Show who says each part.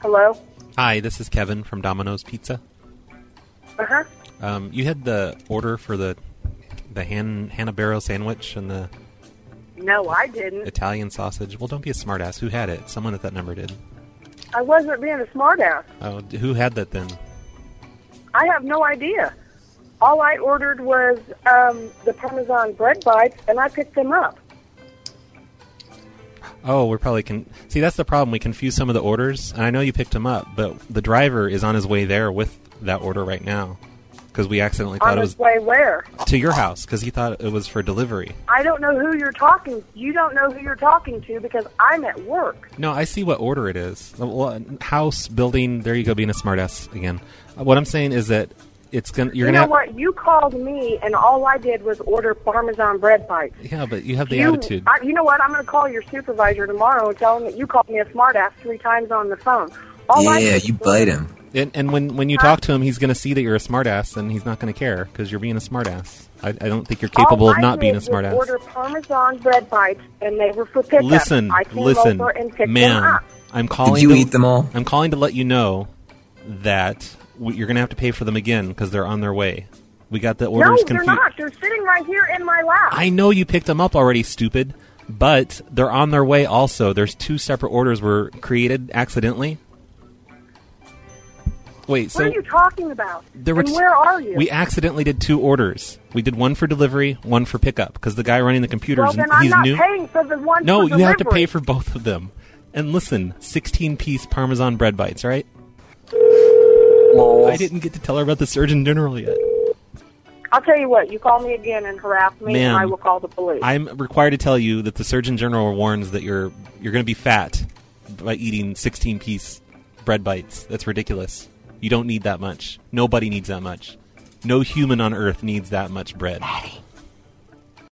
Speaker 1: Hello?
Speaker 2: Hi, this is Kevin from Domino's Pizza.
Speaker 1: Uh huh.
Speaker 2: Um, you had the order for the the Han, Hanna-Baro sandwich and the
Speaker 1: No, I didn't.
Speaker 2: Italian sausage. Well, don't be a smartass. Who had it? Someone at that number did.
Speaker 1: I wasn't being a smartass.
Speaker 2: Oh, d- who had that then?
Speaker 1: I have no idea. All I ordered was um, the Parmesan bread bites, and I picked them up.
Speaker 2: Oh, we're probably con- see. That's the problem. We confuse some of the orders, and I know you picked him up, but the driver is on his way there with that order right now because we accidentally thought
Speaker 1: on
Speaker 2: it
Speaker 1: his
Speaker 2: was
Speaker 1: way where?
Speaker 2: to your house because he thought it was for delivery.
Speaker 1: I don't know who you're talking. You don't know who you're talking to because I'm at work.
Speaker 2: No, I see what order it is. Well, House, building. There you go, being a smartass again. Uh, What I'm saying is that it's gonna. You're
Speaker 1: you know
Speaker 2: gonna.
Speaker 1: what? You called me, and all I did was order Parmesan bread bites.
Speaker 2: have, yeah, but you have the
Speaker 1: you,
Speaker 2: attitude.
Speaker 1: I, you know what? I'm going to call your supervisor tomorrow and tell him that you called me a smartass three times on the phone. All I
Speaker 3: yeah,
Speaker 1: did
Speaker 3: you
Speaker 1: was-
Speaker 3: bite him.
Speaker 2: And, and when, when you talk to him, he's going to see that you're a smartass, and he's not going to care because you're being a smartass. I, I don't think you're capable
Speaker 1: all
Speaker 2: of
Speaker 1: I
Speaker 2: not
Speaker 1: did
Speaker 2: being a
Speaker 1: was
Speaker 2: smartass.
Speaker 1: Order Parmesan bread bites, and they were for pickup.
Speaker 2: Listen,
Speaker 1: I came
Speaker 2: listen,
Speaker 1: over and picked them
Speaker 2: ma'am.
Speaker 1: up.
Speaker 2: I'm calling.
Speaker 3: Did you
Speaker 2: to-
Speaker 3: eat them all?
Speaker 2: I'm calling to let you know that we, you're going to have to pay for them again because they're on their way. We got the
Speaker 1: No,
Speaker 2: orders
Speaker 1: they're
Speaker 2: confused.
Speaker 1: not. They're sitting right here in my lap.
Speaker 2: I know you picked them up already, stupid, but they're on their way. Also, there's two separate orders were created accidentally. Wait,
Speaker 1: what
Speaker 2: so
Speaker 1: are you talking about?
Speaker 2: There were
Speaker 1: and
Speaker 2: t-
Speaker 1: where are you?
Speaker 2: We accidentally did two orders. We did one for delivery, one for pickup, because the guy running the computer
Speaker 1: well,
Speaker 2: is
Speaker 1: then I'm
Speaker 2: he's
Speaker 1: not
Speaker 2: new.
Speaker 1: paying for the one.
Speaker 2: no,
Speaker 1: for
Speaker 2: you have to pay
Speaker 1: delivery.
Speaker 2: for both of them. And listen, 16 piece Parmesan bread bites, right? I didn't get to tell her about the Surgeon General yet.
Speaker 1: I'll tell you what. You call me again and harass me,
Speaker 2: Ma'am,
Speaker 1: and I will call the police.
Speaker 2: I'm required to tell you that the Surgeon General warns that you're you're going to be fat by eating 16 piece bread bites. That's ridiculous. You don't need that much. Nobody needs that much. No human on earth needs that much bread. Daddy.